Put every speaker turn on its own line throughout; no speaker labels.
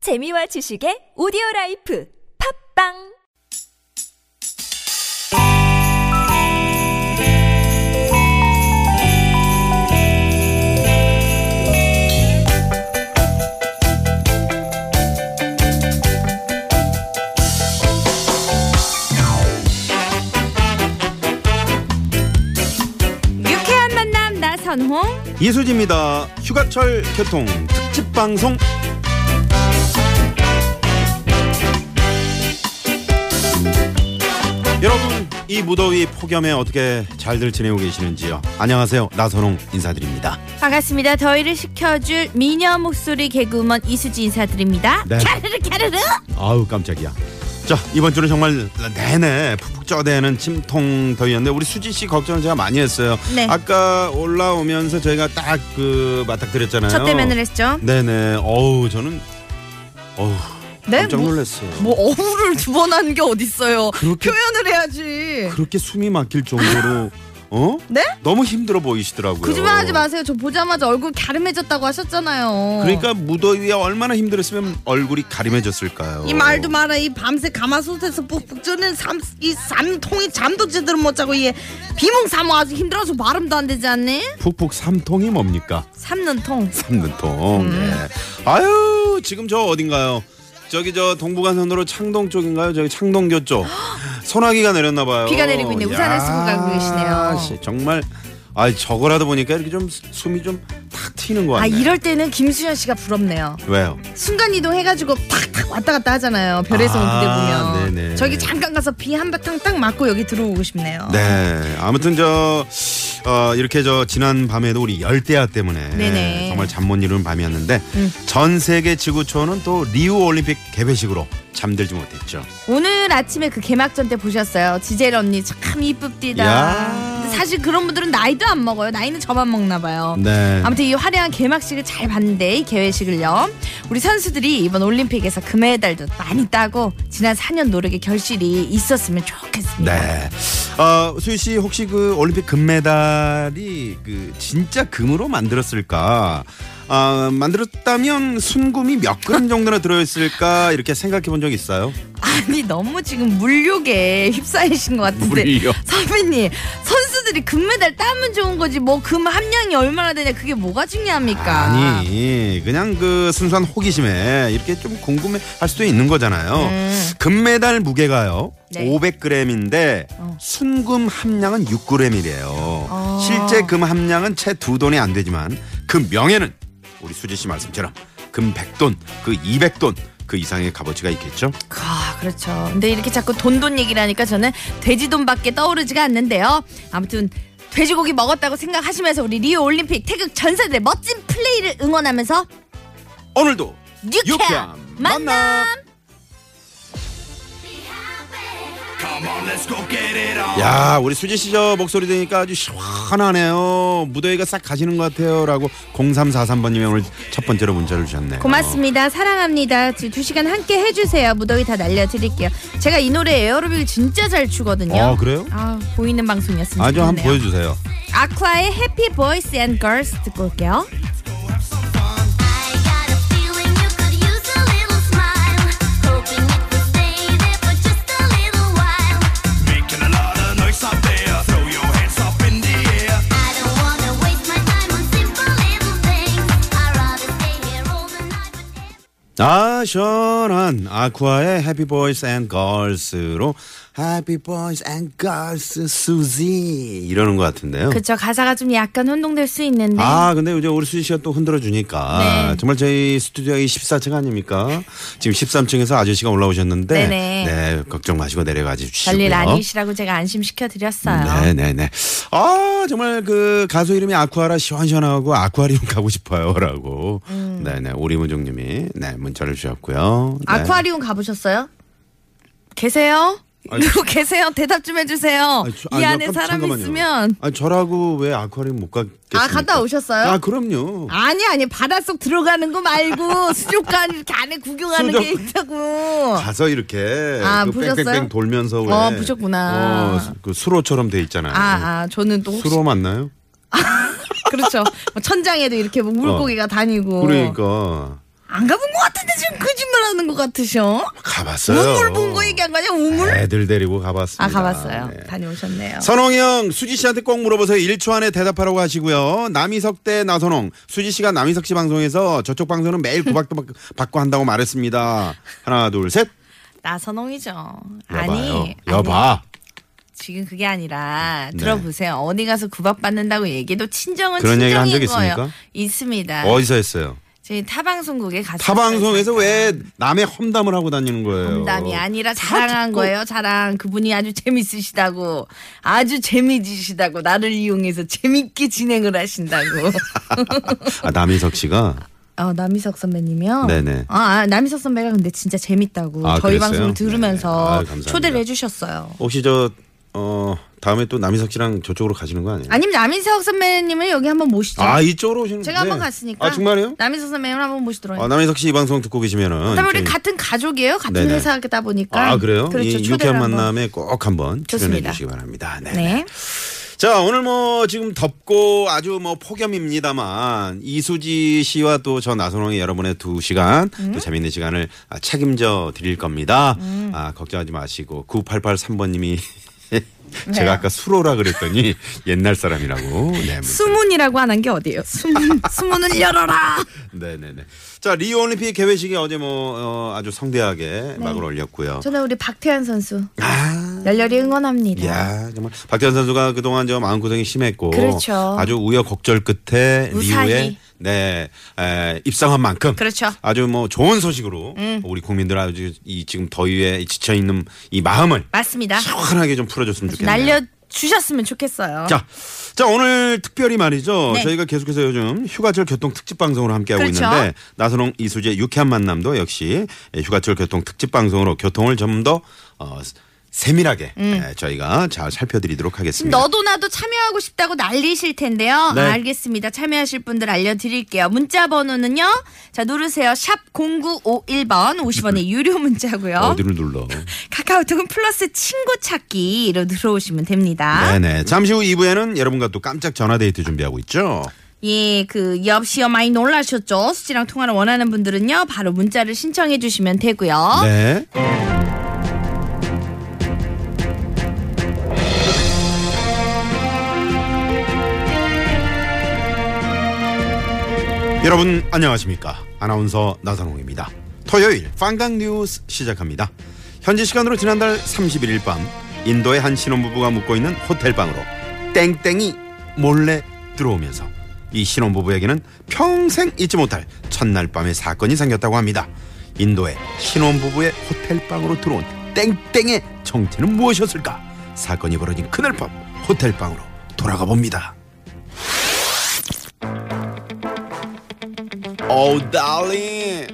재미와 지식의 오디오 라이프 팝빵
유쾌한 만남 나선홍
이수지입니다. 휴가철 교통 특집 방송. 여러분 이 무더위 폭염에 어떻게 잘들 지내고 계시는지요? 안녕하세요 나선홍 인사드립니다.
반갑습니다 더위를 식혀줄 미녀 목소리 개그우먼 이수지 인사드립니다
네.
갸르르 갸르르
아우 깜짝이야. 자 이번 주는 정말 내내 푹푹 쪄대는 침통 더위였는데 우리 수지 씨 걱정을 제가 많이 했어요.
네.
아까 올라오면서 저희가 딱 그 맞닥뜨렸잖아요.
첫 대면을 했죠
네네. 어우 저는 어우
네?
깜짝
뭐-
놀랐어요.
그
뭐 어후를 두 번 한 게 어딨어요.
그렇게
표현을 해야지.
그렇게 숨이 막힐 정도로 어?
네?
너무 힘들어 보이시더라고요.
거짓말 하지 마세요. 저 보자마자 얼굴 갸름해졌다고 하셨잖아요.
그러니까 무더위에 얼마나 힘들었으면 얼굴이 가림해졌을까요?
이 말도 마라. 이 밤새 가마솥에서 푹푹 쪄낸 삼, 이 삼통이 잠도 제대로 못 자고 얘 비몽사몽 아주 힘들어서 발음도 안 되지 않니?
푹푹 삼통이 뭡니까?
삼는 통
삼눈통.
음.
예. 아유 지금 저 어딘가요? 저기 저 동부간선도로 창동 쪽인가요? 저기 창동교 쪽. 소나기가 내렸나 봐요.
비가 내리고 있네요. 우산을
야,
쓰고 가고 계시네요.
씨, 정말 아 저거라도 보니까 이렇게 좀 숨이 좀 탁 트이는 거
아
같네.
이럴 때는 김수현 씨가 부럽네요.
왜요?
순간 이동해가지고 탁탁 왔다 갔다 하잖아요. 별에서 온 그대
아,
보면
네네.
저기 잠깐 가서 비 한 바탕 딱 맞고 여기 들어오고 싶네요.
네. 아무튼 저 어, 이렇게 저 지난 밤에도 우리 열대야 때문에
네네. 음.
정말 잠 못 이루는 밤이었는데 전 세계 지구촌은 또 리우 올림픽 개회식으로 잠들지 못했죠.
오늘 아침에 그 개막전 때 보셨어요 지젤 언니 참
야.
이쁩디다 근데 사실 그런 분들은 나이도 안 먹어요 나이는 저만 먹나 봐요
네.
아무튼 이 화려한 개막식을 잘 봤는데 이 개회식을요. 우리 선수들이 이번 올림픽에서 그 금메달도 많이 따고 지난 4년 노력의 결실이 있었으면 좋겠습니다.
네. 어, 수희 씨 혹시 그 올림픽 금메달이 그 진짜 금으로 만들었을까? 아, 만들었다면 순금이 몇 그램 정도나 들어있을까 이렇게 생각해 본 적 있어요?
아니 너무 지금 물욕에 휩싸이신 것 같은데. 선배님 선수들이 금메달 따면 좋은 거지 뭐 금 함량이 얼마나 되냐 그게 뭐가 중요합니까?
아니 그냥 그 순수한 호기심에 이렇게 좀 궁금해 할 수도 있는 거잖아요. 금메달 무게가요.
음. 네.
500g인데
어.
순금 함량은 6g이래요.
어.
실제 금 함량은 채 두 돈이 안 되지만 그 명예는 우리 수지 씨 말씀처럼 금 100돈, 그 200돈 그 이상의 값어치가 있겠죠.
아, 그렇죠. 근데 이렇게 자꾸 돈돈 얘기를 하니까 저는 돼지 돈밖에 떠오르지가 않는데요. 아무튼 돼지고기 먹었다고 생각하시면서 우리 리오 올림픽 태극 전사들의 멋진 플레이를 응원하면서
오늘도
유쾌한 만남.
야, 우리 수지 씨 저 목소리 되니까 아주 시원하네요. 무더위가 싹 가시는 것 같아요라고 0343번님이 오늘 첫 번째로 문자를 주셨네요.
고맙습니다. 사랑합니다. 지금 두 시간 함께 해주세요. 무더위 다 날려드릴게요. 제가 이 노래 에어로빅을 진짜 잘 추거든요.
아, 그래요?
아, 보이는 방송이었습니다.
아주 한번 보여주세요.
아쿠아의 해피 보이스 앤 걸스 듣고 올게요.
I got a feeling you could use a little smile, hoping it will stay there for just a little while.
Making a lot of noise out there. Throw your hands up in the air.
I don't wanna waste my time on simple little things. I'd rather stay here all the night with him.
아, 시원한 아쿠아의 해피 보이스 앤 걸스로 해피 보이스 앤 걸스 수지 이러는 것 같은데요.
그쵸. 가사가 좀 약간 혼동될 수 있는데.
아, 근데 이제 우리 수지 씨가 또 흔들어 주니까
네.
정말 저희 스튜디오가 이 14층 아닙니까? 지금 13층에서 아저씨가 올라오셨는데
네네.
네, 걱정 마시고 내려가 주시고요.
별일 아니시라고 제가 안심시켜 드렸어요.
네네네. 아 정말 그 가수 이름이 아쿠아라 시원시원하고 아쿠아리움 가고 싶어요라고.
음.
네네 오리무종님이 네 문자를 주셨고요. 네.
아쿠아리움 가보셨어요? 계세요?
아니,
누구 계세요? 대답 좀 해주세요.
아니, 저-
이
아니,
안에
잠깐-
사람
잠깐만요.
있으면
아니, 저라고 왜 아쿠아리움 못 가겠습니까?
아, 갔다 오셨어요?
아 그럼요.
아니 아니 바닷속 들어가는 거 말고 수족관 이렇게 안에 구경하는
수족-
게 있다고.
가서 이렇게
아,
그
보셨어요?
뺑뺑뺑 돌면서 왜
어, 보셨구나.
어, 수- 그 수로처럼 돼 있잖아요.
아, 아 저는 또 혹시
수로 맞나요?
그렇죠. 뭐 천장에도 이렇게 뭐 물고기가 다니고.
어. 그러니까
안 가본 것 같은데 지금 거짓말 말하는 것 같으셔?
가봤어요.
우물 본 거 얘기한 거냐? 우물?
애들 데리고 가봤습니다.
아 가봤어요.
네.
다녀오셨네요.
선홍형 수지 씨한테 꼭 물어보세요. 1초 안에 대답하라고 하시고요. 남희석 대 나선홍. 수지 씨가 남희석 씨 방송에서 저쪽 방송은 매일 구박도 받고 한다고 말했습니다. 하나 둘 셋.
나선홍이죠.
여봐요.
아니, 아니,
여봐.
지금 그게 아니라
네.
들어보세요. 어디 가서 구박받는다고 얘기도 친정은
그런 얘기를 한
친정인
적 있습니까?
거예요. 있습니다.
어디서 했어요?
저희 타방송국에 가서
타 방송에서 어. 왜 남의 험담을 하고 다니는 거예요?
담이 아니라 자랑한 거예요. 자랑 그분이 아주 재밌으시다고 아주 재미지시다고 나를 이용해서 재밌게 진행을 하신다고.
아, 남희석 씨가
어, 남희석 선배님이요?
네네.
아, 아, 남희석 선배가 근데 진짜 재밌다고
아,
저희
그랬어요?
방송을
네네. 아유,
들으면서
감사합니다.
초대를 해주셨어요.
혹시 저 어, 다음에 또 남희석 씨랑 저쪽으로 가시는 거 아니에요?
아니면 남희석 선배님을 여기 한번 모시죠.
아 이쪽으로 오시는
제가
네.
한번 갔으니까.
아 정말요?
남희석 선배님을 한번 모시도록
아,
해요.
남희석 씨 이 방송 듣고 계시면은
그다음에 우리
저희-
같은 가족이에요. 같은
어, 네네.
회사다 보니까.
아 그래요?
그렇죠.
이
초대를
유쾌한
한번.
만남에 꼭 한번 출연해
좋습니다.
주시기 바랍니다. 네.
네.
자 오늘 뭐 지금 덥고 아주 뭐 폭염입니다만 이수지 씨와 또 저 나선홍이 여러분의 두 시간 또 재밌는 시간을 아, 책임져 드릴 겁니다. 아 걱정하지 마시고 9883번님이 제가 아까 수로라 그랬더니 옛날 사람이라고. 네, 무슨.
수문이라고 안 한 게 어디예요? 수문, 수문을 열어라.
네네네. 자 리오 올림픽 개회식이 어제 뭐 어, 아주 성대하게 막을 올렸고요. 아.
저는 우리 박태환 선수 열렬히 응원합니다.
야 정말 박태환 선수가 그동안 저 마음 고생이 심했고
그렇죠.
아주 우여곡절 끝에
무사히.
리우에 네 에, 입상한 만큼
그렇죠. 음.
아주 뭐 좋은 소식으로 우리 국민들 아주 이 지금 더위에 지쳐 있는 이 마음을
맞습니다.
시원하게 좀 풀어줬으면 좋겠네요.
날려 주셨으면 좋겠어요.
자, 자 오늘 특별히 말이죠.
네.
저희가 계속해서 요즘 휴가철 교통 특집 방송으로 함께하고
그렇죠.
있는데 나선홍 이수재 유쾌한 만남도 역시 휴가철 교통 특집 방송으로 교통을 좀 더 어, 세밀하게
음.
예, 저희가 잘 살펴드리도록
지금
하겠습니다.
너도 나도 참여하고 싶다고 난리실 텐데요. 아,
네.
알겠습니다. 참여하실 분들 알려드릴게요. 문자 번호는요. 자 누르세요. 샵 0951번 50원의 유료 문자고요.
어디를 눌러?
카카오톡은 플러스 친구 찾기로 들어오시면 됩니다.
네네. 잠시 후 2부에는 여러분과 또 깜짝 전화 데이트 준비하고 있죠.
예, 그 역시요 많이 놀라셨죠? 수지랑 통화를 원하는 분들은요. 바로 문자를 신청해 주시면 되고요.
네. 여러분 안녕하십니까 아나운서 나선홍입니다 토요일 빵강 뉴스 시작합니다 현재 시간으로 지난달 31일 밤 인도의 한 신혼부부가 묵고 있는 호텔방으로 땡땡이 몰래 들어오면서 이 신혼부부에게는 평생 잊지 못할 첫날 밤의 사건이 생겼다고 합니다 인도의 신혼부부의 호텔방으로 들어온 땡땡의 정체는 무엇이었을까 사건이 벌어진 그날 밤 호텔방으로 돌아가 봅니다 Oh, darling,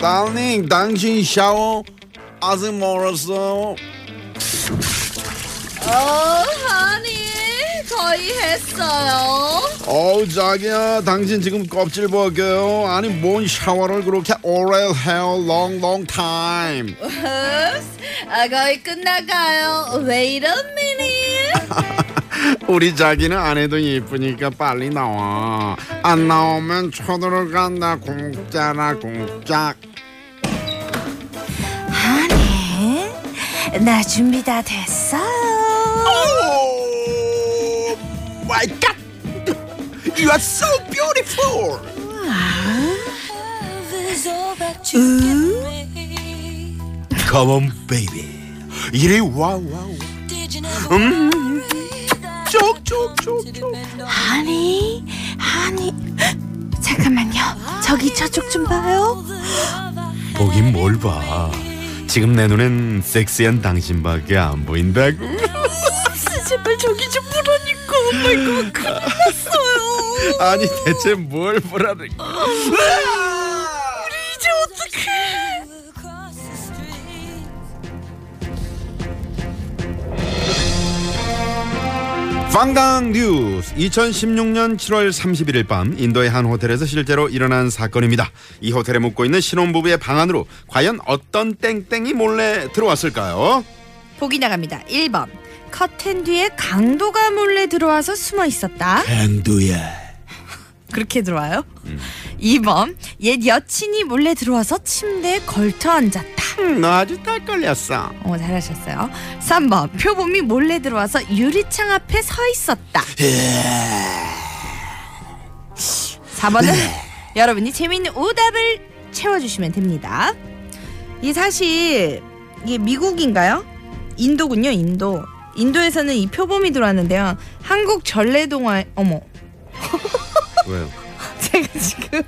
darling, 당신 샤워 아직 멀었어.
어, 하니 거의 했어요.
어우 Oh, 자기야, 당신 지금 껍질 벗겨요. 아니 뭔 샤워를 그렇게 오래 해요? Long, long time.
흡스, 아, 거의 끝나가요. Wait a minute.
우리 자기는 안 해도 예쁘니까 빨리 나와. 안 나오면 쳐들어간다. 공짜라 공짜.
하니, 나 준비 다 됐어.
Oh my God, you are so beautiful.
음?
Come on, baby. 이리 와, 와, 와. 음, 쪽쪽쪽쪽.
하니, 하니. 잠깐만요. 저기 저쪽 좀 봐요.
보긴 뭘 봐. 지금 내 눈엔 섹시한 당신밖에 안 보인다고.
제발 저기 좀 보라니까. 엄마 이거 큰일 났어요.
아니 대체 뭘 보라는?
이제 어떡해.
방당 뉴스 2016년 7월 31일 밤 인도의 한 호텔에서 실제로 일어난 사건입니다. 이 호텔에 묵고 있는 신혼부부의 방 안으로 과연 어떤 땡땡이 몰래 들어왔을까요?
보기 나갑니다. 1번. 커튼 뒤에 강도가 몰래 들어와서 숨어 있었다.
앵두야
그렇게 들어와요? 2번 옛 여친이 몰래 들어와서 침대에 걸터 앉았다.
음, 너 아주 딸 걸렸어.
어 잘하셨어요. 3번 표범이 몰래 들어와서 유리창 앞에 서 있었다.
예.
4번은 여러분이 재미있는 오답을 채워주시면 됩니다.
이게 사실 이게 미국인가요? 인도군요, 인도. 인도에서는 이 표범이 들어왔는데요. 한국 전래동화 어머.
왜요?
제가 지금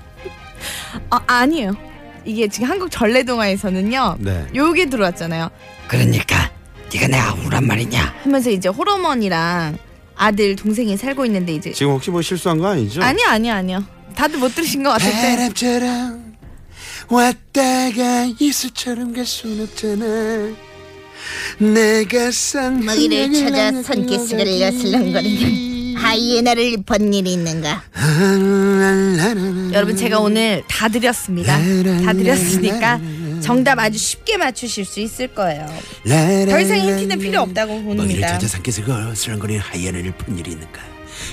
아, 아니에요. 이게 지금 한국 전래동화에서는요.
네.
요게 들어왔잖아요.
그러니까 네가 내 아우란 말이냐?
하면서 이제 호러머니랑 아들 동생이 살고 있는데 이제
지금 혹시 뭐 실수한 거
네.
아니죠?
아니요, 아니요, 아니요. 다들 못 들으신 것 같은데.
바람처럼 왔다가 이슬처럼 갈 순 없잖아. 내가 산
먹이를 찾아 손기스를 여슬렁거리는 하이에나를 본 일이 있는가?
여러분 제가 오늘 다 드렸습니다. 다 드렸으니까 정답 아주 쉽게 맞추실 수 있을 거예요.
더 이상 힌트는 필요 없다고
뭐 먹이를
봅니다.
찾아 삼키스가 슬렁거리는 하이에나를 본 일이 있는가?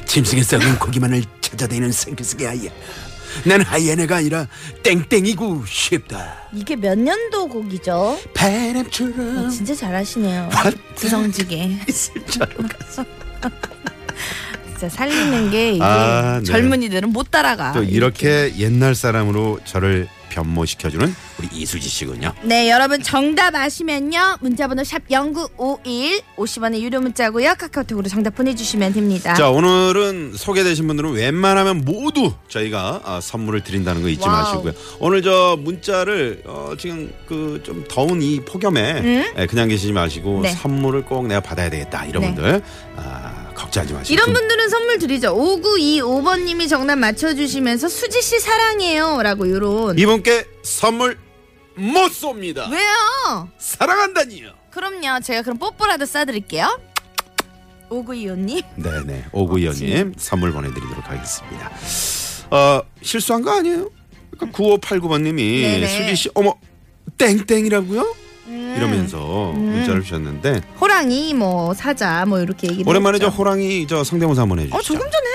짐승에 썩은 고기만을 찾아다니는 생기스게 하이에. 난 하이에나가 아니라 땡땡이고 싶다.
이게 몇 년도 곡이죠?
음.
바람처럼
진짜 잘하시네요. 구성지게. 진짜 살리는 게 이게
아, 네.
젊은이들은 못 따라가.
또 이렇게 옛날 사람으로 저를 변모시켜주는 우리 이수지 씨군요.
네, 여러분 정답 아시면요. 문자번호 샵 0951, 50원의 유료 문자고요. 카카오톡으로 정답 보내주시면 됩니다.
자 오늘은 소개되신 분들은 웬만하면 모두 저희가 아, 선물을 드린다는 거 잊지
와우.
마시고요. 오늘 저 문자를 어, 지금 그 좀 더운 이 폭염에 예, 그냥 계시지 마시고
음? 네.
선물을 꼭 내가 받아야 되겠다 이런
네.
분들 아, 걱정하지 마시고
이런 분들은 선물 드리죠. 5925번님이 정답 맞춰주시면서 수지씨 사랑해요. 라고 요런.
이분께 선물 못 쏩니다.
왜요?
사랑한다니요.
그럼요. 제가 그럼 뽀뽀라도 싸드릴게요. 5925님.
네네
아,
오구이연님 선물 보내드리도록 하겠습니다. 어 실수한 거 아니에요? 그러니까 9589번님이
네네. 음.
수지 씨 어머 땡땡이라고요? 이러면서 문자를 주셨는데
호랑이, 뭐, 사자, 뭐, 이렇게 얘기를.
오랜만에 저
했죠.
호랑이 저 성대모사 한번 해주시죠.
어, 조금 전에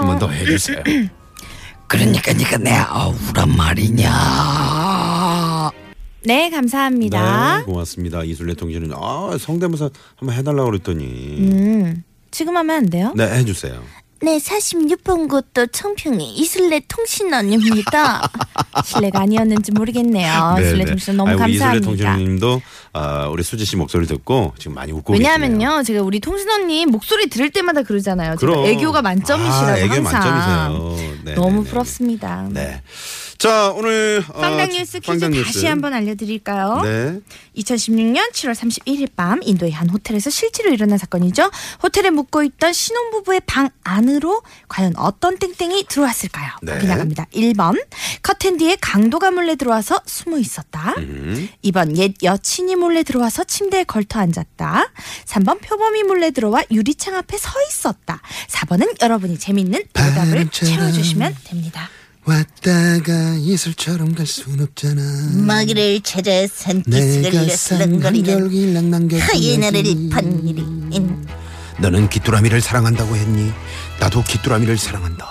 그렇죠. 한번 더 해주세요.
그러니까 네가 내 아우란 말이냐?
네, 감사합니다.
네, 고맙습니다. 이술래 통신은 아 성대모사 한번 해달라고 그랬더니
음, 지금 하면 안 돼요?
네 해주세요.
네, 46번 곳도 청평의 이슬레 통신원입니다.
실례가 아니었는지 모르겠네요.
네,
실례
네.
통신 너무
아이고, 이술래
감사합니다.
통신님도 아, 우리 수지 씨 목소리 듣고 지금 많이 웃고 계시네요.
왜냐하면요, 제가 우리 통신 언니 목소리 들을 때마다 그러잖아요. 제가
그럼.
애교가 만점이시라고
아, 애교
항상
만점이세요. 네,
너무
네, 네.
부럽습니다.
네. 자 오늘 어,
빵당 뉴스 퀴즈
빵당
다시
뉴스.
한번 알려드릴까요?
네.
2016년 7월 31일 밤 인도의 한 호텔에서 실제로 일어난 사건이죠. 호텔에 묵고 있던 신혼부부의 방 안으로 과연 어떤 땡땡이 들어왔을까요?
네.
보기 나갑니다. 1번 커튼 뒤에 강도가 몰래 들어와서 숨어 있었다.
음.
2번 옛 여친이 몰래 들어와서 침대에 걸터 앉았다. 3번 표범이 몰래 들어와 유리창 앞에 서 있었다. 4번은 여러분이 재밌는 오답을
바람처럼.
채워주시면 됩니다.
왔다가 이슬처럼 갈 순 없잖아.
음.
먹이를 찾아 손기스를
내가 산
여슬렁거리는
한절기 낭낭겨
하이에나를 본 일이
음.
있는
너는 귀뚜라미를 사랑한다고 했니? 나도 귀뚜라미를 사랑한다.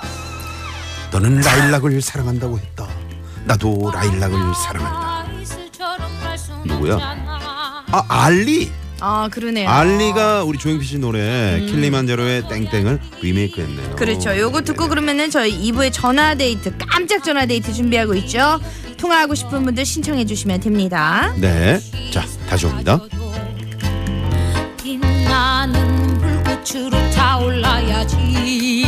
너는 라일락을 사랑한다고 했다. 나도 라일락을 사랑한다.
아,
누구야? 아 알리.
아 그러네요.
알리가 우리 조용필 씨 노래 킬리만자로의 땡땡을 리메이크했네요.
음. 그렇죠. 요거 듣고 그러면은 저희 2부의 전화 데이트 깜짝 전화 데이트 준비하고 있죠. 통화하고 싶은 분들 신청해 주시면 됩니다.
네. 자 다시 옵니다.
빛나는 불꽃으로 타올라야지